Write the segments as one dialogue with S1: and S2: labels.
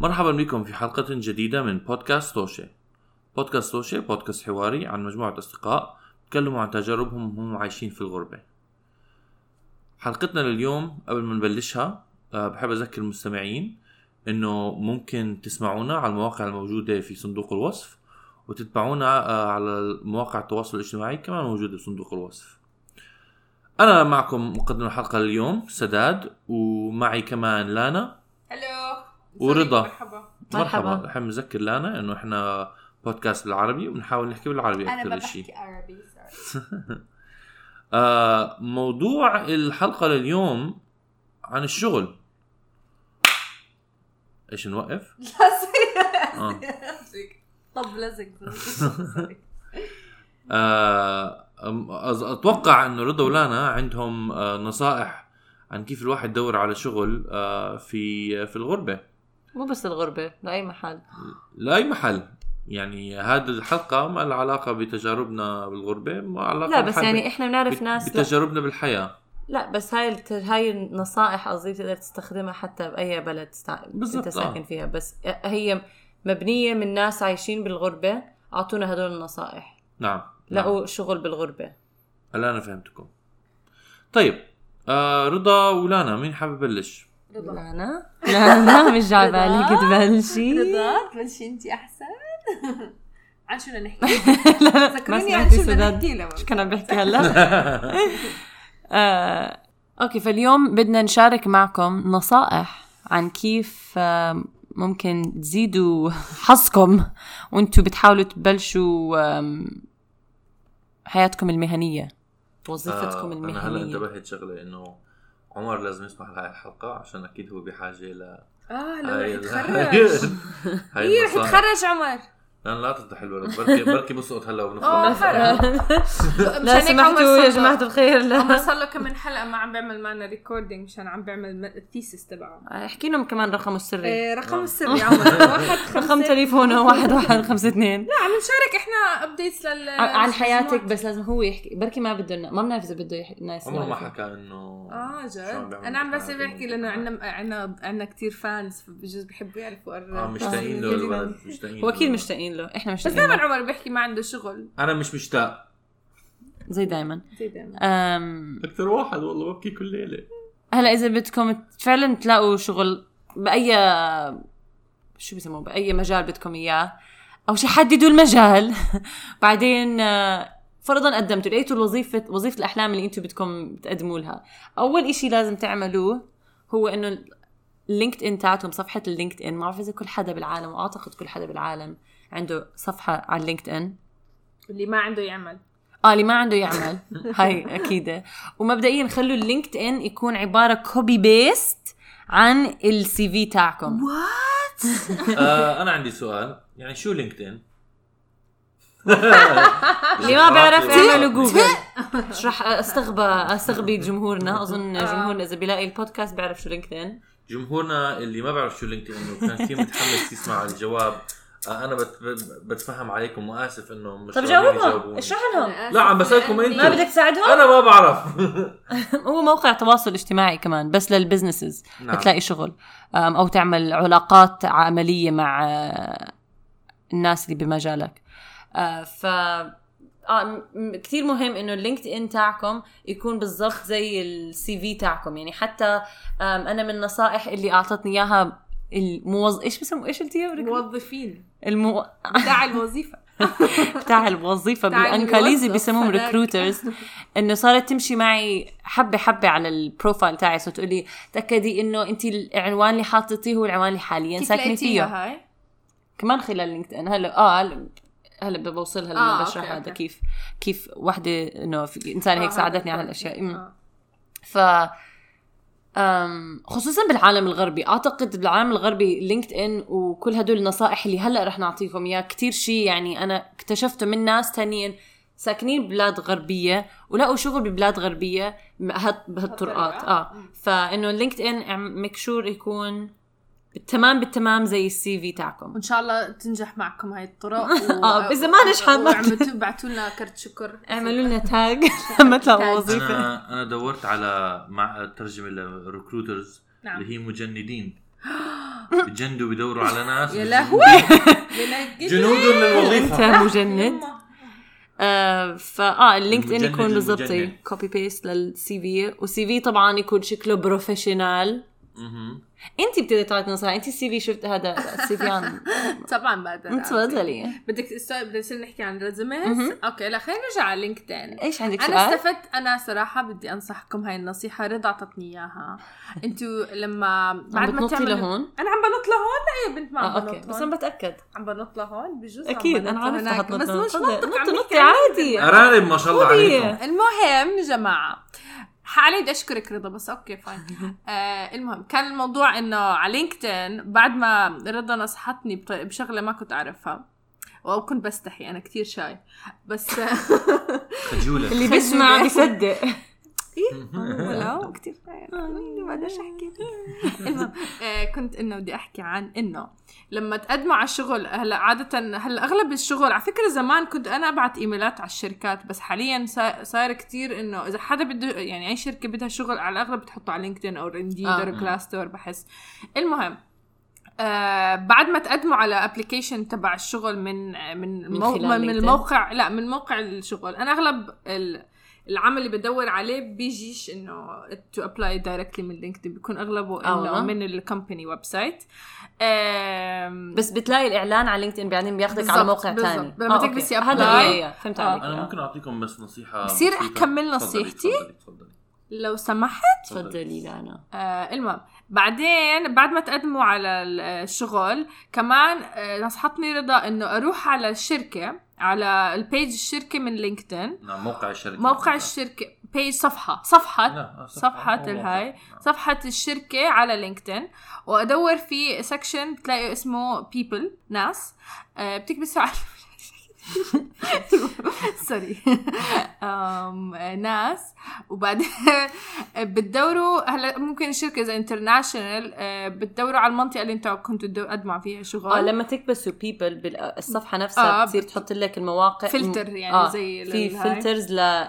S1: مرحبا بكم في حلقة جديدة من بودكاست توشة بودكاست توشة بودكاست حواري عن مجموعة أصدقاء تكلموا عن تجاربهم وهم عايشين في الغربة حلقتنا لليوم قبل ما نبلشها آه، بحب أذكر المستمعين إنه ممكن تسمعونا على المواقع الموجودة في صندوق الوصف وتتبعونا آه، على مواقع التواصل الاجتماعي كمان موجودة بصندوق الوصف أنا معكم مقدم الحلقة اليوم سداد ومعي كمان لانا
S2: هلو
S1: ورضا.
S2: مرحبا
S1: مرحبا
S3: مرحبا.
S1: بحب نذكر لانا انه احنا بودكاست بالعربي وبنحاول نحكي بالعربي
S2: انا ما
S1: اكثر شيء
S2: بحكي عربي سوري
S1: آه موضوع الحلقه لليوم عن الشغل ايش نوقف؟ آه.
S2: طب لزق سوري.
S1: آه أم- أز- اتوقع انه رضا ولانا عندهم آه نصائح عن كيف الواحد يدور على شغل آه في في الغربه
S3: مو بس الغربة لأي محل
S1: لاي محل يعني هذه الحلقه ما لها علاقه بتجاربنا بالغربه ما علاقه
S3: لا بس
S1: بالحل-
S3: يعني إحنا بنعرف
S1: بت-
S3: ناس لا,
S1: بتجاربنا بالحياه
S3: لا بس هاي الت- هاي النصائح قصدي بتقدر تستخدمها حتى بأي بلد سا...
S1: بالضبط،
S3: أنت
S1: آه.
S3: ساكن فيها بس هي مبنية من ناس عايشين بالغربة أعطونا هدول النصائح
S1: نعم نعم.
S3: لقوا شغل بالغربة
S1: هلا انا فهمتكم طيب آه رضا ولانا مين حابب يبلش؟
S2: رضا
S3: أنا لا لا مش على بالي
S2: رضا؟
S3: كنت بلشي
S2: رضا تبلشي انت احسن عن شو بدنا نحكي؟
S3: لا ما
S2: ذكروني عن
S3: سمعتي
S2: شو بدنا
S3: سداد
S2: نحكي لما
S3: شو كنا بحكي هلا آه، اوكي فاليوم بدنا نشارك معكم نصائح عن كيف آه، ممكن تزيدوا حظكم وانتوا بتحاولوا تبلشوا آم، حياتكم المهنية وظيفتكم
S1: انا آه، هلا
S3: المهنية
S1: انتبهت شغله انه عمر لازم يسمع هاي الحلقه عشان اكيد هو بحاجه ل
S2: اه لو رح
S1: هاي أيوة،
S2: يتخرج
S1: هاي
S2: ايه رح
S1: النصائح.
S2: يتخرج عمر
S1: لا لا تفتح الولد بركي بركي بسقط هلا
S2: آه،
S1: وبنخلص
S2: خرج.
S3: لا
S2: مشان هيك عمر
S3: سمحتوا يا
S2: صدق.
S3: جماعة الخير لا
S2: عمر صار له كم من حلقه ما عم بيعمل معنا ريكوردينج مشان عم بيعمل الثيسس تبعه
S3: آه، احكي لهم كمان رقمه السري
S2: إيه، رقم السري عمر واحد
S3: نعم. رقم
S2: خمسة
S3: تليفونه واحد واحد خمسة اثنين
S2: عم نشارك احنا ابديتس لل
S3: آه، عن حياتك بس لازم هو يحكي بركي ما بده ما بنعرف اذا بده يحكي الناس
S1: عمر ما
S3: يعرفوا.
S1: حكى انه
S2: اه
S1: شو عم
S2: جد
S1: بيعمل
S2: انا عم بس
S1: بالحياة.
S2: بحكي لانه عندنا عندنا عندنا كثير فانز فبجوز بحبوا يعرفوا
S1: اه
S2: آه،
S1: مشتاقين له الولد مشتاقين
S3: هو اكيد
S1: له.
S3: مشتاقين له احنا
S2: بس
S3: مشتاقين
S2: دائما
S3: له
S2: عمر بيحكي ما عنده شغل
S1: انا مش مشتاق
S3: زي دايما
S2: زي دايما
S3: أم،
S1: اكثر واحد والله ببكي كل ليله
S3: هلا اذا بدكم فعلا تلاقوا شغل باي شو بيسموه باي مجال بدكم اياه او شي حددوا المجال بعدين آه، فرضا قدمتوا لقيتوا الوظيفه وظيفه الاحلام اللي انتم بدكم تقدموا لها اول إشي لازم تعملوه هو انه اللينكد ان تاعتهم صفحه اللينكد ان ما بعرف اذا كل حدا بالعالم واعتقد كل حدا بالعالم عنده صفحه على اللينكد ان
S2: اللي ما عنده يعمل
S3: اه اللي ما عنده يعمل هاي اكيده ومبدئيا خلوا اللينكد ان يكون عباره كوبي بيست عن السي في تاعكم
S1: آه، انا عندي سؤال يعني شو لينكدين؟
S3: اللي ما بيعرف يعملوا جوجل مش رح استغبى استغبي جمهورنا اظن
S2: آه.
S3: جمهورنا اذا بيلاقي البودكاست بيعرف شو لينكد ان
S1: جمهورنا اللي ما بعرف شو لينكد ان وكان كثير متحمس يسمع الجواب آه، انا بت بتفهم عليكم واسف انه مش
S3: طب
S1: راضيين
S3: جاوبهم
S1: يجاوبوني.
S3: اشرح لهم
S1: لا، عم بسألكم أنتوا.
S3: ما بدك تساعدهم
S1: انا ما بعرف
S3: هو موقع تواصل اجتماعي كمان بس للبزنسز
S1: نعم.
S3: بتلاقي شغل أم، او تعمل علاقات عمليه مع آه، الناس اللي بمجالك آه، ف آه، م- م- كتير مهم انه اللينكد ان تاعكم يكون بالضبط زي السي في تاعكم يعني حتى آم، انا من النصائح اللي اعطتني اياها الموظ ايش بسموه ايش قلتي يا بركة؟
S2: موظفين
S3: المو...
S2: تاع الوظيفه
S3: بتاع الوظيفه
S2: بتاع
S3: بالانكاليزي
S2: الموظف
S3: بيسموهم
S2: هداك.
S3: ريكروترز انه صارت تمشي معي حبه حبه على البروفايل تاعي صرت تقول لي تاكدي انه انت العنوان اللي حاطتيه هو العنوان اللي حاليا
S2: كيف
S3: ساكنه فيه
S2: لقيتيها هاي؟
S3: كمان خلال لينكد ان هلا اه هلا- هلا بوصلها لما
S2: آه،
S3: بشرح
S2: أوكي،
S3: هذا
S2: أوكي.
S3: كيف كيف وحده انه في- انسانه هيك
S2: آه،
S3: ساعدتني على
S2: هذا
S3: هالاشياء أمم.
S2: الفرق. آه.
S3: ف أم، خصوصا بالعالم الغربي اعتقد بالعالم الغربي لينكد ان وكل هدول النصائح اللي هلا رح نعطيكم اياها كتير شيء يعني انا اكتشفته من ناس تانيين ساكنين بلاد غربيه ولقوا شغل ببلاد غربيه م- هت- بهالطرقات
S2: هالطريقة؟
S3: اه
S2: مم.
S3: فانه لينكد ان ميك شور يكون بالتمام بالتمام زي السي في تاعكم
S2: وان شاء الله تنجح معكم هاي الطرق
S3: آه، إذا ما نجحت ما
S2: ما تبعتوا لنا كرت شكر
S3: اعملوا لنا تاج لما تلاقوا
S2: تاج.
S3: وظيفه
S1: انا انا دورت على مع ترجمه للريكروترز
S2: نعم.
S1: اللي هي مجندين بجندوا بدوروا على ناس
S2: يا
S1: بس-
S2: لهوي يا لهوي.
S1: جنود
S3: انت
S1: للوظيفه
S3: مجند آه فاه اللينكد ان
S1: المجند
S3: يكون بالضبط إيه.
S1: المجند.
S3: كوبي بيست للسي في والسي في طبعا يكون شكله بروفيشنال
S1: مهم.
S3: انت بتقدري تعطي نصائح انت السي في شفت هذا السي في عن
S2: طبعا بقدر
S3: تفضلي
S2: بدك است- بدنا نصير نحكي عن ريزوميز اوكي لا خلينا نرجع على لينكدين
S3: ايش عندك
S2: انا
S3: سؤال؟
S2: استفدت انا صراحه بدي انصحكم هاي النصيحه رضا اعطتني اياها انتوا لما بعد ما
S3: بتنطي
S2: تعملوا
S3: لهون؟
S2: انا عم بنط لهون لا يا بنت ما عم
S3: آه
S2: بنط
S3: اوكي
S2: هون
S3: بس انا بتاكد
S2: عم بنط لهون بجوز عم
S3: اكيد
S2: بنط
S3: انا عرفت
S2: هناك.
S3: حط
S2: بس مش
S3: نطي
S2: منطق عم
S3: نطي
S2: نحكي عن
S3: عادي
S1: قرارب ما شاء الله
S3: خذي.
S1: عليكم
S2: المهم جماعة حالي بدي اشكرك رضا بس اوكي فاين آه المهم كان الموضوع انه على لينكدين بعد ما رضا نصحتني بط- بشغله ما كنت اعرفها او كنت بستحي انا كتير شاي بس آه،
S1: خجوله
S3: اللي بيسمع بيصدق
S2: ولو كثير ما بقدرش احكي المهم آه، كنت انه بدي احكي عن انه لما تقدموا على الشغل هلا عاده هلا اغلب الشغل على فكره زمان كنت انا ابعت ايميلات على الشركات بس حاليا صا- صار كثير انه اذا حدا بده يعني اي شركه بدها شغل على الاغلب بتحطه على لينكدين او انديد
S3: آه.
S2: او كلاستور بحس المهم آه بعد ما تقدموا على ابلكيشن تبع الشغل من آه، من
S3: من
S2: مو-
S3: خلال
S2: من
S3: LinkedIn.
S2: الموقع لا من موقع الشغل انا اغلب ال- العمل اللي بدور عليه بيجيش انه تو ابلاي دايركتلي من لينكدين بيكون اغلبه
S3: آه والله.
S2: انه من الكومباني ويب سايت
S3: بس
S2: بس
S3: بتلاقي الاعلان على لينكدين بعدين بياخذك على
S2: بالضبط،
S3: موقع آه،
S2: بالضبط.
S3: ثاني
S2: لما تكبسي apply.
S3: فهمت
S2: آه.
S3: عليك
S1: انا
S3: آه.
S1: ممكن اعطيكم بس نصيحه
S2: بصير
S1: بسيطة.
S2: أكمل
S1: تفضلي،
S2: نصيحتي؟
S1: تفضلي، تفضلي.
S2: لو سمحت
S3: تفضلي لانا
S2: آه المهم بعدين بعد ما تقدموا على ال- الشغل كمان آه نصحتني رضا انه اروح على الشركه على البيج الشركه من لينكدين
S1: نعم موقع الشركه
S2: موقع الشركه بيج صفحه صفحه
S1: لا، آه،
S2: صفحة
S1: أو موقع.
S2: الهاي.
S1: نعم.
S2: صفحة الشركة على لينكدين وأدور في سكشن بتلاقي اسمه people ناس آه، بتكبسوا على سوري أم، آه، ناس وبعدين بتدوروا هلا ممكن الشركه اذا انترناشونال آه، بتدوروا على المنطقه اللي انتوا كنتوا تدو- تقدموا فيها شغل
S3: اه لما تكبسوا بيبل بالصفحه نفسها
S2: آه،
S3: بتصير تحط لك المواقع آه،
S2: فلتر يعني زي
S3: في
S2: للهاي.
S3: فلترز ل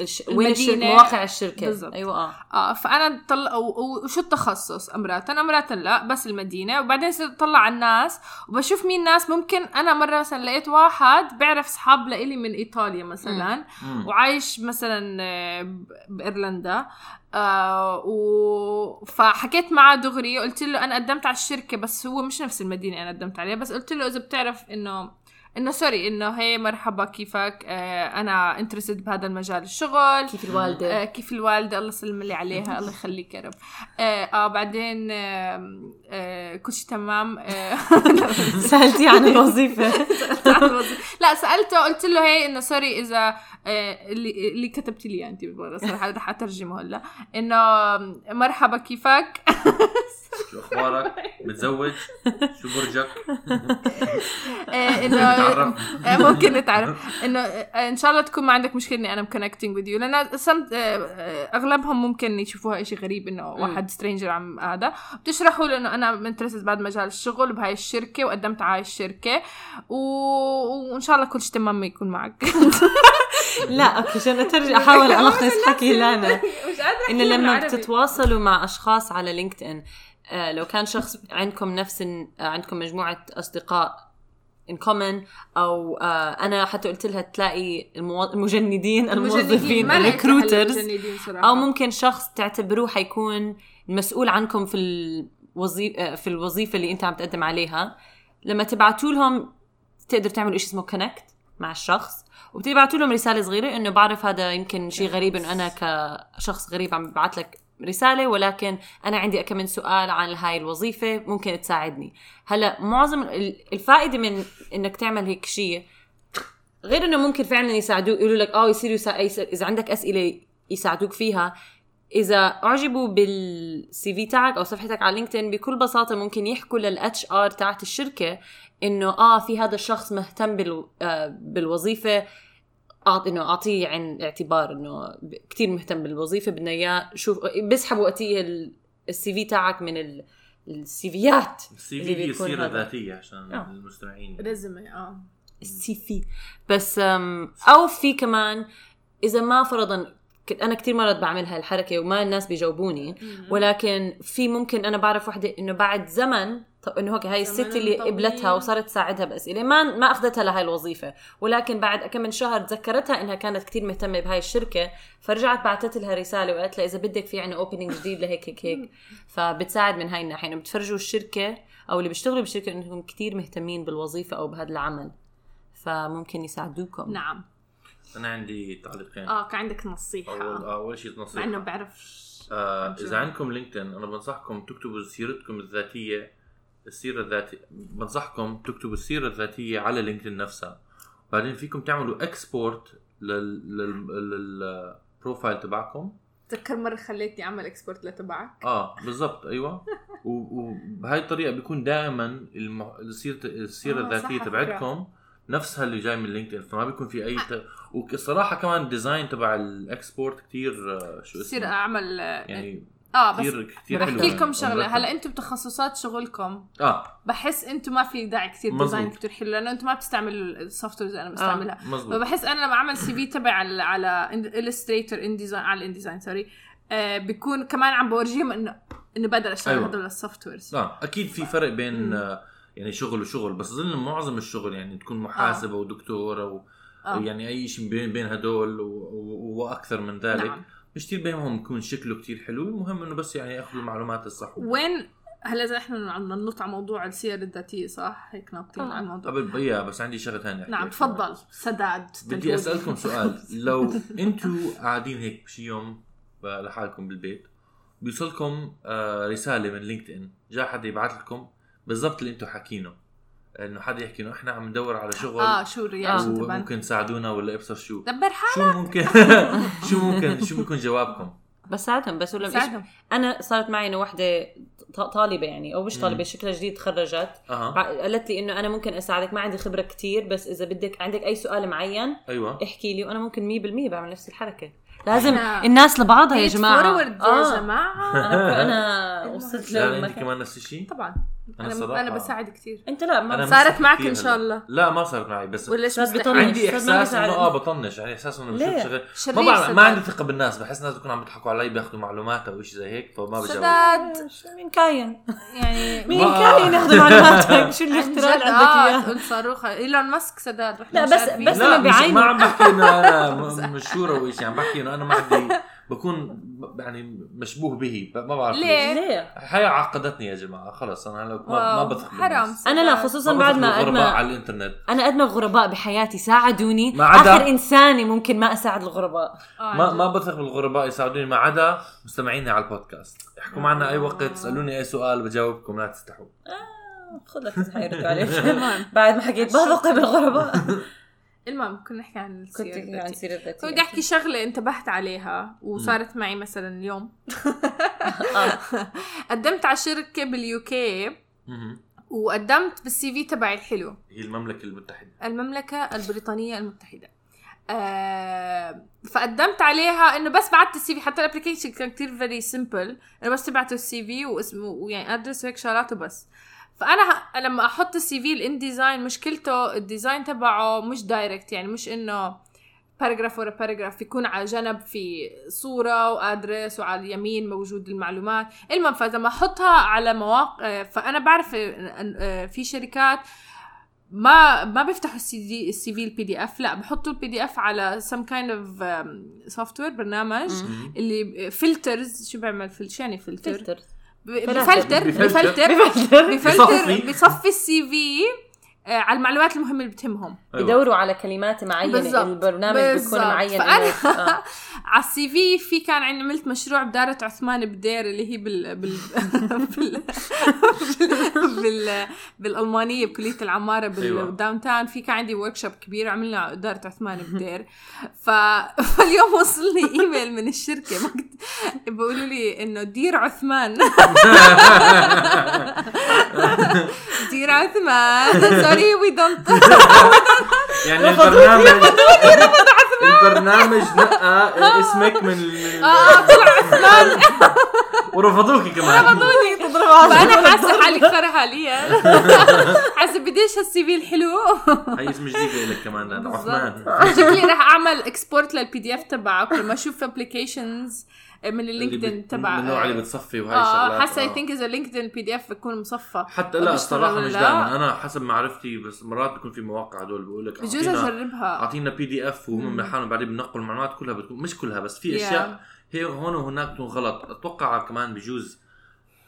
S3: الش... وين الشركة
S2: المدينة.
S3: مواقع الشركه
S2: بالضبط.
S3: ايوه اه
S2: اه فانا طل... و- و- وشو التخصص امرات انا امرات لا بس المدينه وبعدين صرت اطلع على الناس وبشوف مين ناس ممكن انا مره مثلا لقيت واحد بعرف اصحاب لإلي من ايطاليا مثلا
S1: نعم. مم.
S2: وعايش مثلا آه، ب- بايرلندا آه و... فحكيت معه دغري قلت له انا قدمت على الشركه بس هو مش نفس المدينه انا قدمت عليها بس قلت له اذا بتعرف انه انه سوري انه هي مرحبا كيفك آه انا انترستد بهذا المجال الشغل
S3: كيف الوالده
S2: آه، كيف الوالدة الله يسلم لي عليها الله يخليك يا رب آه, اه بعدين آه آه كل شيء تمام آه
S3: سالتي عن الوظيفه
S2: لا سألته قلت له هي انه سوري اذا آه اللي, اللي كتبت لي إياه انت بالمرة صراحة رح اترجمه هلا انه مرحبا كيفك
S1: شو اخبارك؟ متزوج؟ شو برجك؟
S2: آه انه
S1: متعرف؟
S2: آه، ممكن نتعرف انه آه، ان شاء الله تكون ما عندك مشكله اني انا كونكتنج وذ يو لان سمت اغلبهم إيه، ممكن يشوفوها إشي غريب انه واحد سترينجر عم هذا بتشرحوا له انه انا انترستد بعد مجال الشغل بهاي الشركه وقدمت على هاي الشركه و... وان شاء الله كل شيء تمام يكون معك
S3: لا اوكي عشان اترجم احاول الخص حكي لانا
S2: مش قادره
S3: انه لما بتتواصلوا مع اشخاص على لينكد ان آه، لو كان شخص عندكم نفس آه، عندكم مجموعه اصدقاء ان كومن او آه، انا حتى قلت لها تلاقي المو- المجندين الموظفين الريكروترز او ممكن شخص تعتبروه حيكون المسؤول عنكم في الوظيفه في الوظيفه اللي انت عم تقدم عليها لما تبعتوا لهم تقدر تعملوا شيء اسمه كونكت مع الشخص وبتبعتوا لهم رساله صغيره انه بعرف هذا يمكن شيء غريب انه انا كشخص غريب عم ببعت لك رساله ولكن انا عندي كم من سؤال عن هاي الوظيفه ممكن تساعدني هلا معظم ال- الفائده من انك تعمل هيك شيء غير انه ممكن فعلا يساعدوك يقولوا لك اه يصيروا يسا... يس- اذا عندك اسئله يساعدوك فيها اذا اعجبوا بالسي في تاعك او صفحتك على لينكدين بكل بساطه ممكن يحكوا للاتش ار تاعت الشركه انه اه في هذا الشخص مهتم بال... آه بالوظيفه أعط... انه اعطيه عين اعتبار انه ب- كتير مهتم بالوظيفه بدنا اياه شوف بيسحبوا وقتيه السي في تاعك من ال... السيفيات
S1: السي
S3: اللي
S1: في
S3: بيكون
S1: سيره
S3: هذا.
S1: ذاتيه عشان
S3: آه.
S1: المستمعين
S2: رزمه اه
S3: السي في بس أم، او في كمان اذا ما فرضا كنت انا كثير مرات بعمل هالحركه وما الناس بيجاوبوني ولكن في ممكن انا بعرف وحده انه بعد زمن طب انه هيك هاي الست
S2: زمن
S3: اللي
S2: طويل.
S3: قبلتها وصارت تساعدها باسئله ما ما اخذتها لهاي الوظيفه ولكن بعد كم من شهر تذكرتها انها كانت كثير مهتمه بهاي الشركه فرجعت بعثت لها رساله وقالت لها اذا بدك في عنا اوبننج جديد لهيك هيك هيك فبتساعد من هاي الناحيه انه بتفرجوا الشركه او اللي بيشتغلوا بالشركه انهم كثير مهتمين بالوظيفه او بهذا العمل فممكن يساعدوكم
S2: نعم
S1: انا عندي تعليقين
S2: اه كان عندك نصيحه
S1: اول
S2: آه.
S1: اول شيء
S2: مع انه
S1: نصيحه
S2: بعرفش
S1: آه اذا عندكم لينكدين انا بنصحكم تكتبوا سيرتكم الذاتيه السيره الذاتيه بنصحكم تكتبوا السيره الذاتيه على لينكدين نفسها بعدين فيكم تعملوا اكسبورت للبروفايل تبعكم
S2: تذكر مره خليتني اعمل اكسبورت لتبعك
S1: اه بالضبط ايوه و- وبهاي الطريقه بيكون دائما المح... السيره السيره
S2: آه،
S1: الذاتيه
S2: صح،
S1: تبعتكم نفسها اللي جاي من لينكدين فما بيكون في
S2: آه.
S1: اي ت... وصراحه كمان الديزاين تبع الاكسبورت كثير شو
S2: بصير
S1: اسمه
S2: اعمل آه،
S1: يعني
S2: اه بس
S1: كثير كثير حلو
S2: بحكي لكم شغله
S1: ومرتب.
S2: هلا انتم بتخصصات شغلكم
S1: اه
S2: بحس انتم ما في داعي كثير
S1: مزبوط.
S2: ديزاين كثير حلو لانه انتم ما بتستعملوا السوفت ويرز
S1: آه.
S2: انا بستعملها
S1: مزبوط
S2: فبحس انا لما اعمل سي في تبع على على الستريتور ان ديزاين على الانديزاين سوري آه بيكون كمان عم بورجيهم انه انه بقدر اشتغل
S1: أيوة.
S2: هدول السوفت ويرز
S1: اه اكيد في فرق بين
S2: مم.
S1: آه، يعني شغل وشغل بس ظل معظم الشغل يعني تكون محاسبه ودكتور او
S2: آه.
S1: أو يعني اي شيء بين بين هدول و... و... واكثر من ذلك
S2: نعم
S1: مش كثير بيهمهم يكون شكله كثير حلو المهم انه بس يعني ياخذوا المعلومات الصح
S2: وين هلا اذا احنا عم ننط على موضوع السير الذاتيه صح؟ هيك ناطين
S3: آه.
S2: على الموضوع
S1: قبل بيا بس عندي شغله ثانيه أحكيها كمان.
S2: نعم تفضل سداد
S1: يعني بدي اسالكم سؤال لو انتم قاعدين هيك بشي يوم لحالكم بالبيت بيوصلكم آه، رساله من لينكد ان جاء حدا يبعث لكم بالضبط اللي انتم حاكينه انه حدا يحكي انه احنا عم ندور على شغل
S2: اه شو الرياكشن تبعنا؟
S1: وممكن تساعدونا ولا ابصر شو
S2: دبر حالك
S1: شو ممكن شو ممكن شو بيكون جوابكم
S3: بساعدهم بس ولا بإيش-
S2: ساعدهم
S3: انا صارت معي انه وحده ط- طالبه يعني او مش طالبه
S1: مم.
S3: شكلها جديد تخرجت
S1: اها
S3: بع- قالت لي انه انا ممكن اساعدك ما عندي خبره كتير بس اذا بدك عندك اي سؤال معين
S1: ايوه
S2: إيه،
S3: احكي لي وانا ممكن 100% بعمل نفس الحركه لازم
S2: إحنا-
S3: الناس لبعضها يا جماعه
S2: فورورد يا
S3: آه.
S2: جماعه
S3: انا أنا وصلت
S1: لا انت
S3: لمكان
S1: يعني كمان نفس الشيء
S2: طبعا
S1: أنا
S2: انا
S1: الصراحة-
S2: انا بساعد كثير
S3: انت لا
S1: أنا
S3: ما
S1: ما-
S2: صارت معك
S1: كتير
S2: ان
S1: هلا.
S2: شاء الله
S1: لا ما صارت معي بس
S2: ولا شو
S3: صارت
S2: مستحيل؟
S3: بطنش.
S1: عندي
S3: صرت ما
S1: احساس انه
S3: بساعد.
S1: اه بطنش يعني احساس انه مش
S3: ليه؟
S1: شغال
S2: شرير
S1: ما بعرف
S2: سداد.
S1: ما عندي ثقه بالناس بحس الناس بتكون عم تضحكوا علي بياخذوا معلومات او شيء زي هيك فما بجاوب
S2: سداد
S3: مين كاين
S2: يعني آه،
S3: مين
S1: ما-
S3: كاين ياخذ معلوماتك شو الاختراع اللي عندك اياه
S2: تقول صاروخه ايلون ماسك سداد رح
S3: لا،
S2: مش
S3: بس-
S2: عارفين.
S3: بس
S1: لا
S3: لما
S1: مش
S3: بعينه.
S1: ما عم بحكي انه انا م- مشهوره او شيء عم بحكي انه انا ما عندي بكون ب- يعني مشبوه به ب- ما بعرف
S2: ليه؟
S3: ليه
S1: الحياه عقدتني يا جماعه خلص انا هلا ما, ما
S2: واو،
S1: بثق
S2: حرام
S3: انا لا
S2: سداد.
S3: خصوصا بعد ما قد
S1: أدمى
S3: ما
S1: على الانترنت
S3: انا قد ما الغرباء بحياتي ساعدوني
S1: ما عدا-
S3: اخر انساني ممكن ما اساعد الغرباء
S2: آه،
S1: ما
S2: عن
S1: ما بثق بالغرباء يساعدوني ما عدا مستمعينا على البودكاست احكوا معنا اي وقت
S2: آه.
S1: اسالوني اي سؤال بجاوبكم لا تستحوا
S3: خذك حيردوا عليك
S2: المهم.
S3: بعد ما حكيت بثق بالغرباء
S2: المهم كنا نحكي عن
S3: كنت
S2: السير
S3: عن
S2: الذاتي.
S3: سيرة الذاتية
S2: كنت بدي احكي شغله انتبهت عليها وصارت معي مثلا اليوم
S3: آه.
S2: قدمت على شركه باليوكي
S1: مهم.
S2: وقدمت بالسي في تبعي الحلو
S1: هي المملكه المتحده
S2: المملكه البريطانيه المتحده آه فقدمت عليها انه بس بعت السي في حتى الابلكيشن كان كتير فيري سمبل انا بس تبعته السي في واسمه ويعني ادرس هيك شغلات وبس فانا ه- لما احط السي في الان ديزاين مشكلته الديزاين تبعه مش دايركت يعني مش انه باراجراف ورا باراجراف يكون على جنب في صورة وادرس وعلى اليمين موجود المعلومات المهم فاذا ما احطها على مواقع فانا بعرف إن- إن- في شركات ما ما بيفتحوا السي دي السي في البي دي اف لا بحطوا البي دي اف على سم كايند اوف سوفت وير um، برنامج
S1: مهم.
S2: اللي فلترز شو بيعمل فلتر شو يعني فلتر
S3: فلتر
S2: بفلتر
S1: بفلتر.
S2: بفلتر بفلتر
S1: بصفي.
S2: بصفي السي في آه، على المعلومات المهمه اللي بتهمهم
S1: أيوة.
S3: يدوروا على كلمات معينه
S2: بالظبط.
S3: البرنامج بيكون
S2: بالظبط.
S3: معين
S2: فأنا-
S3: إنه- آه.
S2: على السي في في كان عن- عملت مشروع بدارة عثمان بدير اللي هي بال بال بال, بال... بال... بالالمانيه بكليه العماره
S1: أيوة.
S2: بالداون تاون في كان عندي ورك شوب كبير عملنا دارة عثمان بدير ف... فاليوم وصلني ايميل من الشركه ما كنت... بيقولوا لي انه دير عثمان دير عثمان سوري وي دونت
S1: يعني البرنامج البرنامج نقى اسمك من ال-
S2: اه آه. طلع
S1: ورفضوكي كمان
S2: عثماني
S3: بضرب عصا
S2: فانا حاسه حالي خرا حاليا حاسه بديش هالسي في الحلو
S1: هاي اسم جديد لك كمان لأن
S2: بالضبط.
S1: عثمان
S2: شكلي رح اعمل اكسبورت للبي دي اف تبعك لما اشوف ابلكيشنز من
S1: اللي
S2: اللينكدين
S1: بت-
S2: تبع
S1: من النوع اللي بتصفي وهي
S2: اه
S1: الشغلات
S2: حاسه اي
S1: آه.
S2: ثينك اذا لينكدين بي دي اف بكون مصفى
S1: حتى لا
S2: بشتغل
S1: الصراحه
S2: ولا
S1: مش
S2: لا؟
S1: دائما انا حسب معرفتي بس مرات بيكون في مواقع هدول بقول لك
S2: بجوز
S1: أعطينا-
S2: اجربها
S1: اعطينا بي دي اف وهم
S2: مم.
S1: من حالهم بعدين بنقوا المعلومات كلها بتكون مش كلها بس في
S2: Yeah.
S1: اشياء هي هون وهناك بتكون غلط اتوقع كمان بجوز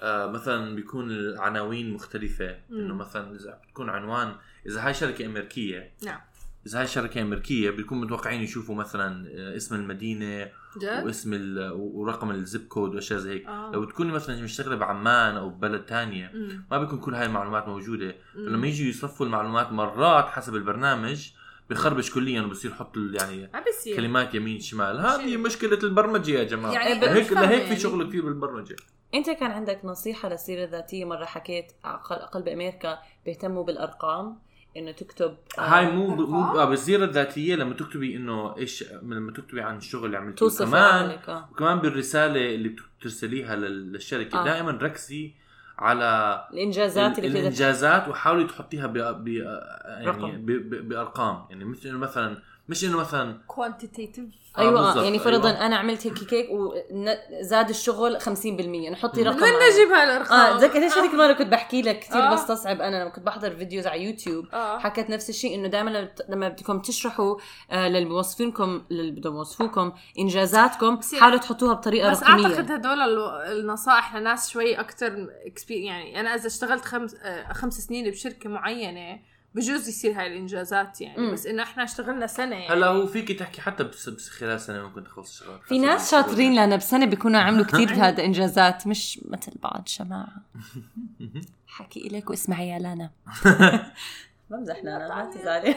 S1: آه مثلا بيكون العناوين مختلفه
S2: مم.
S1: انه مثلا اذا بتكون عنوان اذا هاي شركه امريكيه
S2: نعم.
S1: اذا هاي شركه امريكيه بيكون متوقعين يشوفوا مثلا آه، اسم المدينه
S2: جد؟
S1: واسم ال- آه، ورقم الزب كود واشياء زي هيك
S2: أه؟ آه.
S1: لو تكوني مثلا مشتغله بعمان او ببلد تانية
S2: مم.
S1: ما بيكون كل هاي المعلومات موجوده
S2: مم.
S1: لما يجوا يصفوا المعلومات مرات حسب البرنامج بخربش كليا وبصير يحط ال- يعني
S2: ما بصير
S1: كلمات يمين شمال هذه مشكلة البرمجة يا جماعة
S2: يعني
S1: يعني
S2: أنا مش
S1: هيك
S2: فاهمة
S1: لهيك في
S2: يعني.
S1: شغل كثير بالبرمجة
S3: انت كان عندك نصيحه للسيره الذاتيه مره حكيت على الأقل- اقل بامريكا بيهتموا بالارقام انه تكتب آه،
S1: هاي مو مو
S2: أرقام؟
S1: آه، بالسيرة الذاتية لما تكتبي انه ايش لما تكتبي عن الشغل اللي عملتيه
S3: توصف
S1: كمان
S3: عملك اه
S1: وكمان بالرسالة اللي بترسليها لل- للشركة
S3: آه.
S1: دائما ركزي على
S3: الانجازات
S1: ال-
S3: اللي بتقدر
S1: الانجازات وحاولي تحطيها ب ب يعني
S3: رقم.
S1: ب- ب- بارقام يعني مثل انه مثلا مش انه مثلا
S2: كوانتيتيف
S1: آه،
S3: ايوه
S1: بالضبط،
S3: يعني فرضا
S1: أيوة.
S3: أيوة. انا عملت هيك كيك وزاد الشغل 50% نحطي
S1: من
S3: رقم
S2: من وين
S3: عالي.
S2: نجيب آه. هالارقام؟
S3: اه زي ليش هذيك المره كنت بحكي لك كثير
S2: آه.
S3: آه. بستصعب انا لما كنت بحضر فيديوز على يوتيوب
S2: آه.
S3: حكت نفس الشيء انه دائما لما بت- لما بدكم تشرحوا آه للموظفينكم اللي بدهم يوظفوكم انجازاتكم
S2: بصير-
S3: حاولوا تحطوها بطريقه
S2: بس
S3: رقميه
S2: اعتقد هدول ال- النصائح لناس شوي اكثر يعني انا اذا اشتغلت خمس آه، خمس سنين بشركه معينه بجوز يصير هاي الانجازات يعني
S3: مم.
S2: بس انه احنا اشتغلنا سنه يعني
S1: هلا هو فيكي تحكي حتى بس بس خلال سنة ممكن تخلص الشغل
S3: في ناس شاطرين لأنها بسنة بيكونوا عملوا كثير بهذا إنجازات مش مثل بعض جماعة حكي إليك واسمعي يا لانا بمزح لانا ما تزعلي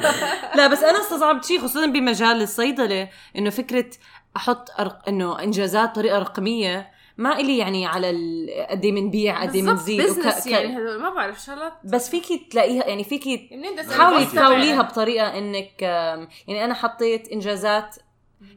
S3: لا بس أنا استصعبت شيء خصوصا بمجال الصيدلة إنه فكرة أحط أرق... إنه إنجازات طريقة رقمية ما إلي يعني على ال- قد إيه بنبيع قد إيه بنزيد
S2: بزنس يعني هدول ما بعرف شغلات
S3: بس فيكي تلاقيها يعني فيكي
S2: منين بدي أسأل
S3: حاولي
S2: المستمع؟
S3: تفاوليها بطريقه انك آم، يعني انا حطيت انجازات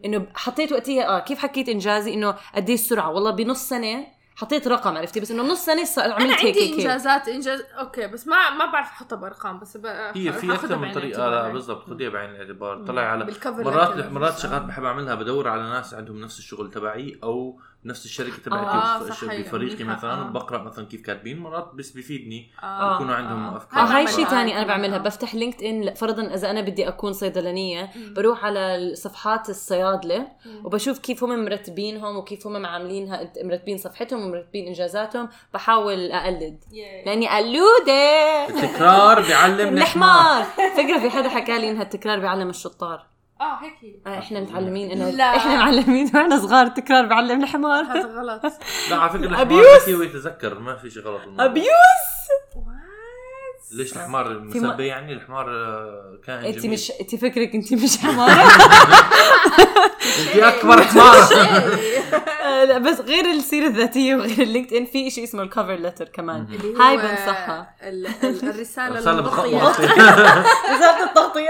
S3: انه حطيت وقتها اه كيف حكيت انجازي انه قد ايه السرعه والله بنص سنه حطيت رقم عرفتي بس انه بنص سنه صار-
S2: انا
S3: عملت هيك
S2: عندي
S3: هيك هيك
S2: انجازات انجاز اوكي بس ما ما بعرف احطها بارقام بس ب...
S1: هي في
S2: هاخدها
S1: اكثر من
S2: بعين
S1: طريقه
S2: الاعتبار. يعني.
S1: لا بالضبط خديها بعين الاعتبار طلعي على
S2: بالكفر
S1: مرات
S2: لكن-
S1: مرات شغلات بحب اعملها بدور على ناس عندهم نفس الشغل تبعي او نفس الشركه
S2: آه،
S1: تبعتي وف-
S2: صح، هي
S1: بفريقي
S2: منيحة،
S1: مثلا
S2: آه.
S1: بقرا مثلا كيف كاتبين مرات بس بيفيدني
S2: آه.
S1: بيكونوا عندهم أفكار.
S3: اه هاي شيء
S2: بعملها.
S3: تاني انا بعملها بفتح لينكد ان فرضا اذا انا بدي اكون صيدلانيه
S2: مم.
S3: بروح على صفحات الصيادله
S2: مم.
S3: وبشوف كيف هم مرتبينهم وكيف هم عاملينها مرتبين صفحتهم ومرتبين انجازاتهم بحاول اقلد
S2: ياي.
S3: لاني قلوده
S1: التكرار بيعلم الحمار
S3: الحمار فكرة في حدا حكى لي انها التكرار بيعلم الشطار
S2: اه هيك هي.
S3: آه، احنا متعلمين انه
S2: لا.
S3: احنا معلمين واحنا صغار التكرار بيعلم الحمار
S2: هذا غلط
S1: لا على فكره الحمار
S3: Abuse.
S1: بكي ويتذكر ما في شيء غلط بالموضوع.
S3: ابيوز
S2: What?
S1: ليش الحمار مسبه يعني الحمار آه، كائن
S3: انت
S1: جميل.
S3: مش انت فكرك انت مش حمار
S1: انت
S2: يعني
S1: اكبر حمار
S3: آه، لا بس غير السيره الذاتيه وغير اللينكد ان في شيء اسمه الكفر لتر كمان
S1: مهم.
S3: هاي
S2: هو
S3: بنصحها
S2: ال- ال- الرساله
S1: رسالة
S2: المغطيه
S1: بخط-
S3: رساله التغطيه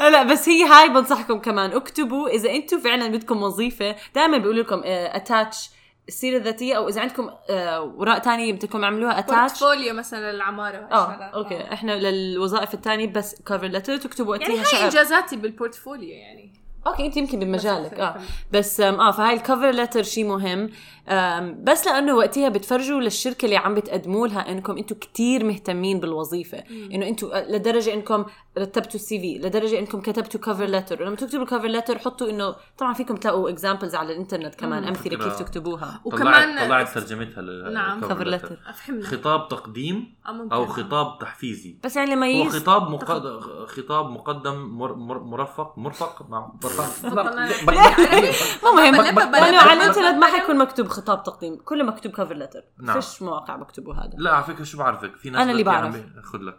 S3: آه، لا بس هي هاي بنصحكم كمان اكتبوا اذا انتم فعلا بدكم وظيفه دائما بيقولوا لكم آه، اتاتش السيره الذاتيه او اذا عندكم آه، وراء تانية بدكم عملوها اتاتش
S2: بورتفوليو مثلا للعماره
S3: اه
S2: هالشغلات.
S3: اوكي احنا للوظائف الثانيه بس كفر لتر تكتبوا
S2: يعني
S3: وقتها
S2: هاي
S3: شعر
S2: انجازاتي بالبورتفوليو يعني
S3: اوكي انت يمكن بمجالك
S2: بس-
S3: اه بس آم، اه فهاي الكفر لتر شيء مهم آم، بس لانه وقتها بتفرجوا للشركه اللي عم بتقدموا لها انكم انتم كتير مهتمين بالوظيفه انه انتم لدرجه انكم آه، رتبتوا السي في لدرجه انكم كتبتوا كفر لتر ولما تكتبوا الكفر لتر حطوا انه طبعا فيكم تلاقوا اكزامبلز على الانترنت كمان امثله
S1: فكرة.
S3: كيف تكتبوها
S2: وكمان
S1: طلعت طلعت ترجمتها لل-
S2: نعم،
S1: cover
S3: cover
S1: letter.
S3: letter.
S2: افهمنا
S1: خطاب تقديم
S2: آه، ممكن.
S1: او خطاب تحفيزي
S3: بس يعني لما
S1: هو
S3: يس
S1: خطاب مقدم خطاب مقدم مر مر مرفق مرفق مع
S2: تفضلنا.
S3: مو مهم
S2: بلا- بلا-
S3: لانه يعني على
S2: بلا-
S3: الانترنت ما حيكون مكتوب خطاب تقديم كله مكتوب كفر لتر
S1: نعم.
S3: فيش مواقع مكتوبوا هذا
S1: لا على فكره شو بعرفك في ناس
S3: أنا اللي
S1: بتحكي
S3: بعرف.
S1: عم بي- خد لك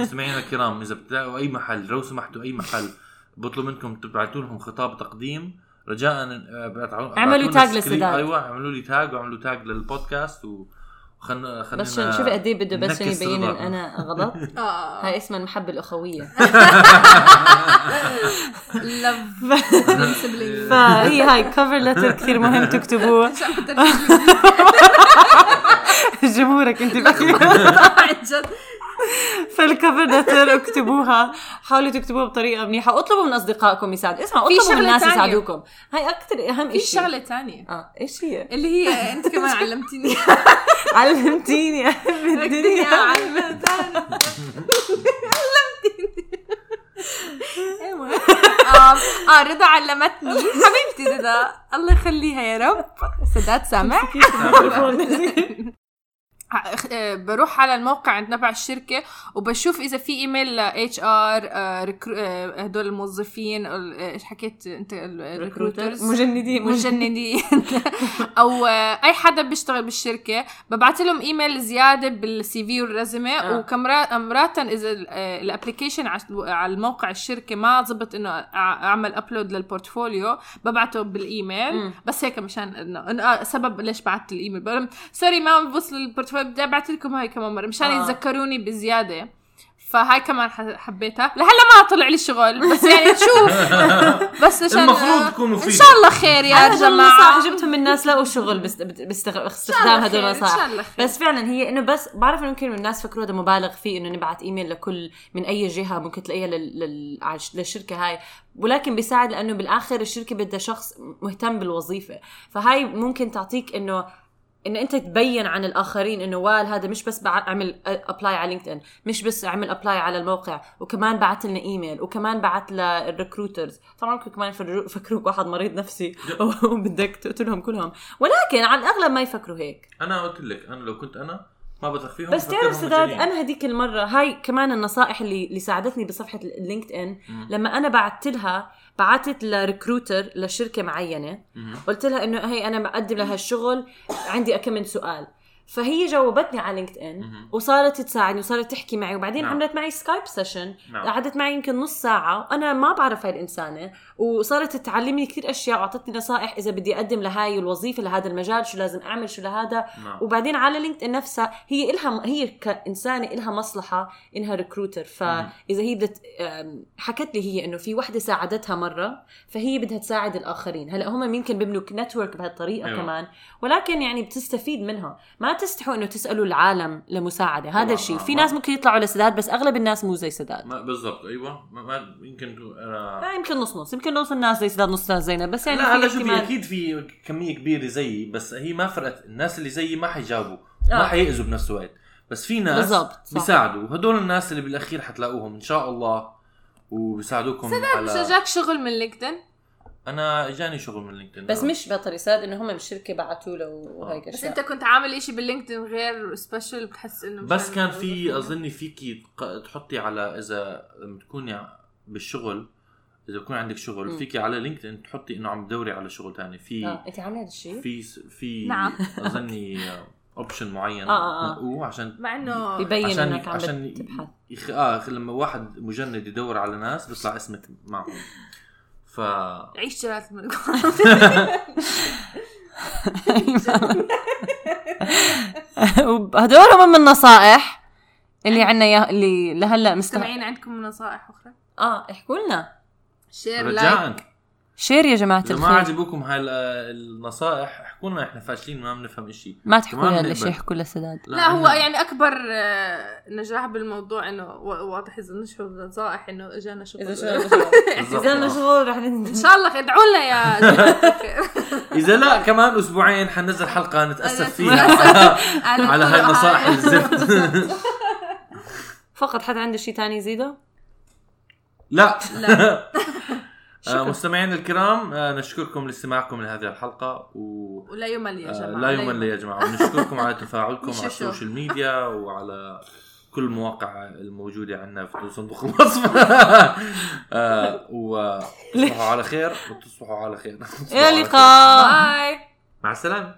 S1: مستمعينا الكرام اذا بتلاقوا اي محل لو سمحتوا اي محل بطلب منكم تبعتوا لهم خطاب تقديم رجاء آه، بعتوا- أيوة، بعتوا لنا
S3: اعملوا tag
S1: سكرين-
S3: لسداد.
S1: ايوه اعملوا لي تاج واعملوا تاج للبودكاست و خلنا خلينا
S3: بس شوفي قد ايه بده بس
S1: ننكس
S3: يبين ان
S1: رضاكم.
S3: انا غلط
S2: اه
S3: هاي اسمها المحبه الاخويه
S2: لف سبلينج
S3: فهي هاي كفر لتر كثير مهم تكتبوه جمهورك انت بخير
S2: عن جد
S3: فالكفر لتر اكتبوها حاولوا تكتبوها بطريقه منيحه اطلبوا من اصدقائكم يساعد اسمعوا
S2: في
S3: اطلبوا من
S2: شغلة
S3: الناس
S2: تانية.
S3: يساعدوكم هاي اكثر اهم
S2: في
S3: شيء
S2: شغله تانية
S3: اه ايش هي
S2: اللي هي انت كمان علمتيني
S3: علمتيني احب
S2: الدنيا
S3: الدنيا
S2: علمتني علمتني آم، اه رضا علمتني حبيبتي رضا الله يخليها يا رب سداد سامع أخ- آه، بروح على الموقع عند تبع الشركه وبشوف اذا في ايميل اتش ار آه، هدول الموظفين ال- آه، ايش حكيت آه، انت الريكروترز
S3: مجندين
S2: مجندين او آه، اي حدا بيشتغل بالشركه ببعث لهم ايميل زياده بالسي في والرزمه
S3: آه.
S2: آه. ومرات اذا الابلكيشن آه، على الموقع الشركه ما زبط انه أع- اعمل ابلود للبورتفوليو ببعته بالايميل
S3: مم.
S2: بس هيك مشان انه إنه آه، سبب ليش بعثت الايميل بقول سوري ما بوصل البورتفوليو بدي ابعث لكم هاي كمان مره مشان
S3: آه.
S2: يتذكروني بزياده فهاي كمان ح- حبيتها لهلا ما طلع لي شغل بس يعني شوف بس مشان
S1: المفروض تكون
S2: ان
S1: مفيدة.
S2: شاء الله خير يا
S3: انا هدول النصائح
S2: جماعه
S3: جبتهم من الناس لقوا شغل بست- بت- باستغ- باستخدام هدول
S2: ان شاء
S3: النصائح
S2: الله
S3: بس فعلا هي انه بس بعرف انه يمكن الناس فكروا هذا مبالغ فيه انه نبعت ايميل لكل من اي جهه ممكن تلاقيها لل... لل... عالش- للشركه هاي ولكن بيساعد لانه بالاخر الشركه بدها شخص مهتم بالوظيفه فهاي ممكن تعطيك انه انه انت تبين عن الاخرين انه وال هذا مش بس بعمل ابلاي على لينكد ان مش بس عمل ابلاي على الموقع وكمان بعت لنا ايميل وكمان بعت للريكروترز طبعا ممكن كمان يفر- يفكروك واحد مريض نفسي وبدك تقتلهم كلهم ولكن على الاغلب ما يفكروا هيك
S1: انا قلت لك انا لو كنت انا ما بثق فيهم
S3: بس تعرف
S1: بفكرهم
S3: سداد
S1: مجانين.
S3: انا هذيك المره هاي كمان النصائح اللي اللي ساعدتني بصفحه اللينكد ان
S1: مم.
S3: لما انا بعثت لها بعثت لريكروتر لشركه معينه
S1: مهم.
S3: قلت لها انه هي انا بقدم لهالشغل عندي كم من سؤال فهي جاوبتني على لينكد ان
S1: مهم.
S3: وصارت تساعدني وصارت تحكي معي وبعدين
S1: نعم.
S3: عملت معي سكايب سيشن
S1: نعم.
S3: قعدت معي يمكن نص ساعه وانا ما بعرف هاي الانسانه وصارت تعلمني كثير اشياء واعطتني نصائح اذا بدي اقدم لهاي الوظيفه لهذا المجال شو لازم اعمل شو لهذا
S1: نعم.
S3: وبعدين على لينكد ان نفسها هي إلها هي كانسانه إلها مصلحه انها ريكروتر فاذا هي بدت أم، حكت لي هي انه في وحده ساعدتها مره فهي بدها تساعد الاخرين هلا هم يمكن بيبنوا نتورك بهالطريقه أيوة.
S1: أيوة.
S3: كمان ولكن يعني بتستفيد منها ما تستحوا انه تسالوا العالم لمساعده هذا
S1: طبعاً،
S3: الشيء
S1: آه،
S3: في
S1: ما-
S3: ناس ممكن يطلعوا لسداد بس اغلب الناس مو زي سداد
S1: ما بالضبط ايوه ما, ما يمكن تو- انا
S3: آه، يمكن نص نص يمكن نص الناس زي سداد نص الناس زينا بس يعني
S1: لا
S3: في
S1: هلا شوفي
S3: احتمال.
S1: اكيد في كميه كبيره زيي بس هي ما فرقت الناس اللي زيي ما حيجاوبوا
S3: آه.
S1: ما حيأذوا بنفس الوقت بس في ناس
S3: بالضبط، صح.
S1: بيساعدوا وهدول الناس اللي بالاخير حتلاقوهم ان شاء الله وبيساعدوكم
S2: مش
S1: على
S2: اجاك شغل من لينكدين
S1: انا اجاني شغل من لينكدين
S3: بس مش بطل سداد انه هم من الشركه بعثوا له
S1: آه.
S3: وهيك
S2: بس
S3: اشياء
S2: انت كنت عامل اشي باللينكدين غير سبيشل بتحس انه
S1: بس
S2: مشان-
S1: كان في اظني فيكي تق- تحطي على اذا لما تكوني ع- بالشغل اذا يكون عندك
S3: مم.
S1: شغل فيكي على لينكدين تحطي انه عم تدوري على شغل تاني في
S3: اه انت عامله هذا الشيء
S1: في في
S2: نعم.
S1: اظني اوبشن معين
S3: آه، آه، آه.
S1: نقوه عشان
S2: مع انه
S3: ببين
S1: عشان
S3: انك عم
S1: عشان
S3: بتبحث
S1: يخ... اه لما واحد مجند يدور على ناس بيطلع اسمك معهم ف
S2: عيش جلالة الملك
S3: هدول هم من النصائح اللي عنا يا اللي لهلا مستمعين
S2: مستمعين عندكم نصائح اخرى
S3: اه احكوا لنا
S2: شير لايك
S1: رجاء
S3: شير يا جماعه
S1: اذا ما
S3: الخير
S1: عجبوكم هاي ال- النصائح احكوا لنا احنا فاشلين ما بنفهم شيء
S3: ما تحكوا
S1: كمان
S3: لنا
S1: بنقبل.
S3: ليش يحكوا لسداد
S2: لا هو
S1: عنا-
S2: يعني اكبر آه، نجاح بالموضوع انه و- واضح اذا نشر نصائح انه اجانا شغل
S1: بالضبط.
S3: اذا مشغول رح
S2: ان شاء الله ادعوا لنا يا جماعة الخير.
S1: اذا لا كمان اسبوعين حننزل حلقه نتاسف فيها
S2: على
S1: على هاي
S2: الطرق
S1: النصائح
S2: هاي.
S1: الزفت
S3: فقط حدا عنده شيء تاني يزيده
S1: لا
S2: لا
S1: آه، مستمعينا الكرام آه، نشكركم لاستماعكم لهذه الحلقه و
S2: ولا يمل يا
S1: آه،
S2: جماعه
S1: لا يمل يا جماعه ونشكركم على تفاعلكم على
S2: نشوفه.
S1: السوشيال ميديا وعلى كل المواقع الموجوده عندنا في صندوق الوصف آه، وتصبحوا على خير وتصبحوا على خير تصبحوا
S3: الى
S1: على خير.
S3: اللقاء
S2: باي
S1: مع السلامه